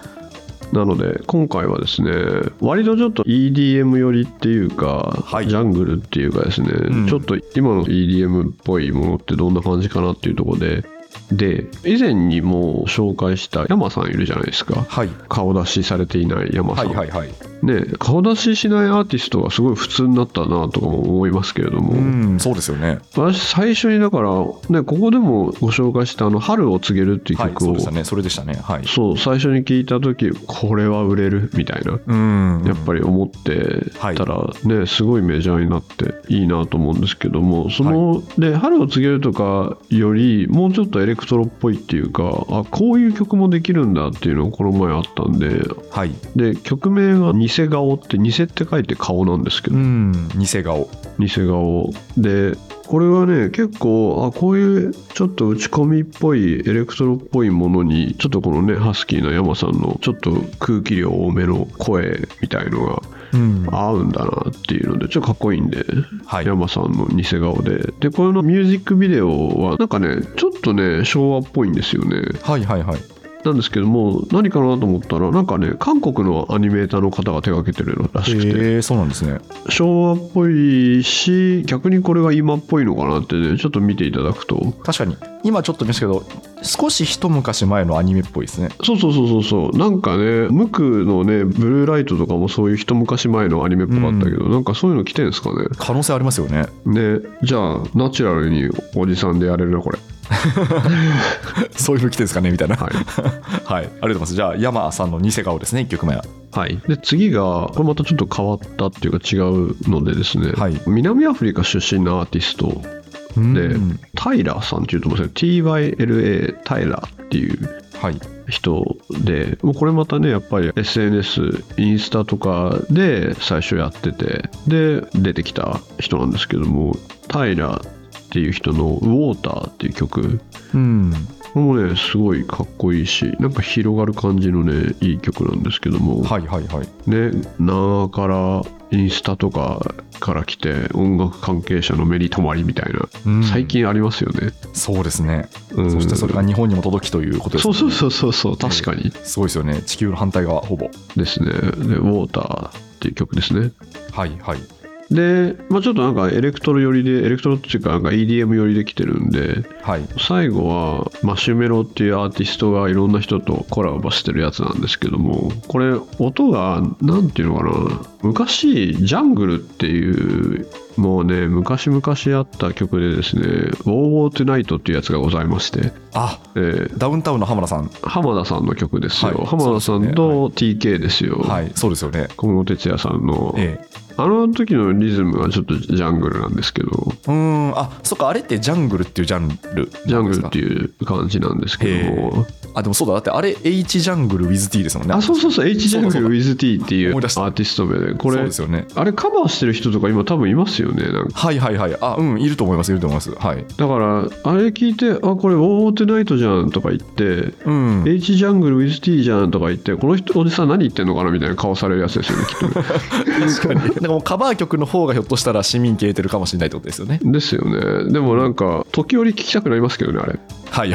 C: なので今回はですね割とちょっと EDM 寄りっていうか、
B: はい
C: ジャングルっていうかですね、
B: ん
C: ちょっと今の EDM っぽいものってどんな感じかなっていうところでで以前にもう紹介した山さんいるじゃないですか
B: はい
C: 顔出しされていない山さ
B: は
C: ん、
B: いはいはい
C: ね顔出ししないアーティストがすごい普通になったなとかも思いますけれども、
B: うんそうですよね
C: 私最初にだから、ね、ここでもご紹介したあの「春を告げる」っていう
B: はい
C: 曲
B: そ
C: を
B: うでしたねそれでしたねはい
C: そう最初に聞いた時これは売れるみたいな
B: うん
C: やっぱり思ってた
B: はい
C: らね、すごいメジャーになっていいなと思うんですけどもその、で「春を告げる」とかよりもうちょっとエレクトロっぽいっていうかあこういう曲もできるんだっていうのがこの前あったんで
B: はい
C: で曲名が「偽顔」って「偽」って書いて顔なんですけど
B: うん偽顔
C: 偽顔でこれはね結構あこういうちょっと打ち込みっぽいエレクトロっぽいものにちょっとこのねハスキーな山さんのちょっと空気量多めの声みたいのが
B: うん
C: 合うんだなっていうのでちょっとかっこいいんで、
B: はい
C: 山さんの偽顔ででこのミュージックビデオはなんかねちょっとね昭和っぽいんですよね
B: はいはいはい
C: なんですけども何かなと思ったらなんかね韓国のアニメーターの方が手がけてるらしくて
B: えーそうなんですね
C: 昭和っぽいし逆にこれが今っぽいのかなってねちょっと見ていただくと
B: 確かに今ちょっと見ましたけど少し一昔前のアニメっぽいですね
C: そうそうそうそうそうなんかねムクのねブルーライトとかもそういう一昔前のアニメっぽかったけど、なんかそういうの来てんですかね
B: 可能性ありますよね
C: ねじゃあナチュラルにおじさんでやれるなこれ
B: そういうの来てるんですかねみたいな
C: は
B: はいい、ありがとうございますじゃあ山さんの偽顔ですね1曲目は
C: はいで次がこれまたちょっと変わったっていうか違うのでですね、
B: はい
C: 南アフリカ出身のアーティストで、
B: うん
C: タイラーさんっていうと思うんですよ TYLA タイラーっていう
B: はい
C: 人でもうこれまたねやっぱり SNS インスタとかで最初やっててで出てきた人なんですけどもタイラーっていう人の「ウォーター」っていう曲
B: うん
C: これもねすごいかっこいいしなんか広がる感じのねいい曲なんですけども、
B: はいはいはい
C: ね長からインスタとかから来て音楽関係者の目に留まりみたいな、
B: うん
C: 最近ありますよね、
B: そうですね、
C: うん
B: そしてそれが日本にも届きということです
C: そ
B: ね
C: うそうそうそうそう確かに
B: すごいですよね地球の反対側ほぼ
C: ですねで「ウォーター」っていう曲ですね
B: はいはい
C: で、まあ、ちょっとなんかエレクトロ寄りでエレクトロっていうかなんか EDM 寄りできてるんで
B: はい
C: 最後はマシュメロっていうアーティストがいろんな人とコラボしてるやつなんですけどもこれ音が何ていうのかな昔ジャングルっていうもうね昔々あった曲でですね「ウォーウォートゥナイト」っていうやつがございまして、
B: あ
C: えー
B: ダウンタウンの浜田さん
C: 浜田さんの曲ですよ、
B: はい
C: 浜田さんと TK ですよ
B: はいそうですよね
C: 小室哲哉さんの、
B: ええ
C: あの時のリズムはちょっとジャングルなんですけど
B: うーんあそっかあれってジャングルっていうジャンル
C: ジャングル
B: なん
C: っ
B: で
C: て
B: すか
C: いう感じなんですけども
B: あでもそうだだってあれ H ジャングル WithT ですもんね
C: あそうそうそう H ジャング
B: そうだそう
C: ル
B: だ
C: WithT っていうア
B: 思い出した
C: ーティスト名でこ
B: そう
C: れ
B: ですよね
C: あれカバーしてる人とか今多分いますよねなんか
B: はいはいはいあうんいると思いますいると思いますはい
C: だからあれ聞いてあこれ「ウォーテナイトじゃん」とか言って
B: う
C: 「
B: ん
C: H ジャングル WithT じゃん」とか言ってこの人おじさん何言ってんのかなみたいな顔されるやつ ですよねきっとね
B: 確かになんかもうカバー曲の方がひょっとしたら市民消えてるかもしれないってことですよね
C: ですよねでもなんか時折聞きたくなりますけどねあれ
B: はい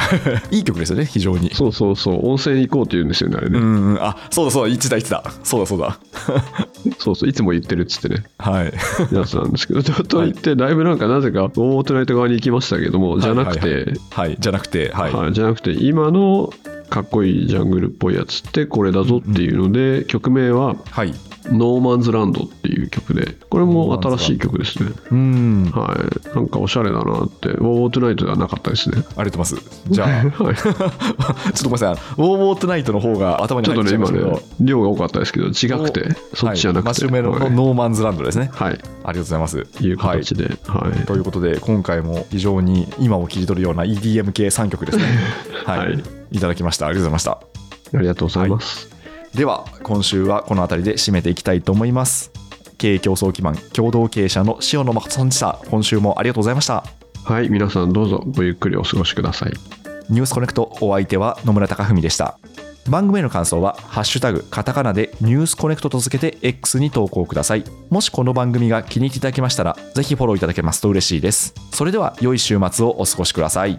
B: いい曲ですよね非常に
C: そうそうそう温泉に行こうって言うんですよねあれ
B: う
C: ね、
B: んうんあそうだそうだ言ってた言ってたそうだそうだ
C: そうそういつも言ってるっつってね
B: はい
C: やつなんですけどとと言ってだいぶなんかなぜか「ウォートナイト」側に行きましたけどもじゃなくて、
B: はいはいはいはいじゃなくてはい、
C: はい、じゃなくて今のかっこいいジャングルっぽいやつってこれだぞっていうので、曲名は
B: はい
C: 「ノーマンズランド」っていう曲でこれも新しい曲ですね
B: うん
C: はいなんかおしゃれだなって「ウォーウォートゥナイト」ではなかったですね
B: ありがとうございますじゃあ
C: はい
B: ちょっとごめんなさいウォーウォートナイトの方が頭に
C: ちょっ
B: 入
C: と
B: っ
C: ね
B: ちゃいま
C: 今
B: すけど
C: ね量が多かったですけど違くてそっちじゃな
B: はい、マ
C: く
B: シ
C: て
B: ュメロの
C: はい
B: ノーマンズランドですね、あ
C: はい
B: りがとうございます
C: いう
B: はい
C: 形ではい
B: ということで今回も非常に今を切り取るような EDM 系3曲 ですねはい、
C: はい
B: い、ただきましたありがとうございまし
C: ありがとうございます
B: たでは今週はこの辺りで締めていきたいと思います経営競争基盤共同経営者の塩野誠さんでした今週もありがとうございました
C: はい皆さんどうぞごゆっくりお過ごしください
B: ニュースコネクトお相手は野村貴文でした番組への感想は「ハッシュタグカタカナ」で「ニュースコネクト」と付けて X に投稿くださいもしこの番組が気に入っていただけましたらぜひフォローいただけますと嬉しいですそれでは良い週末をお過ごしください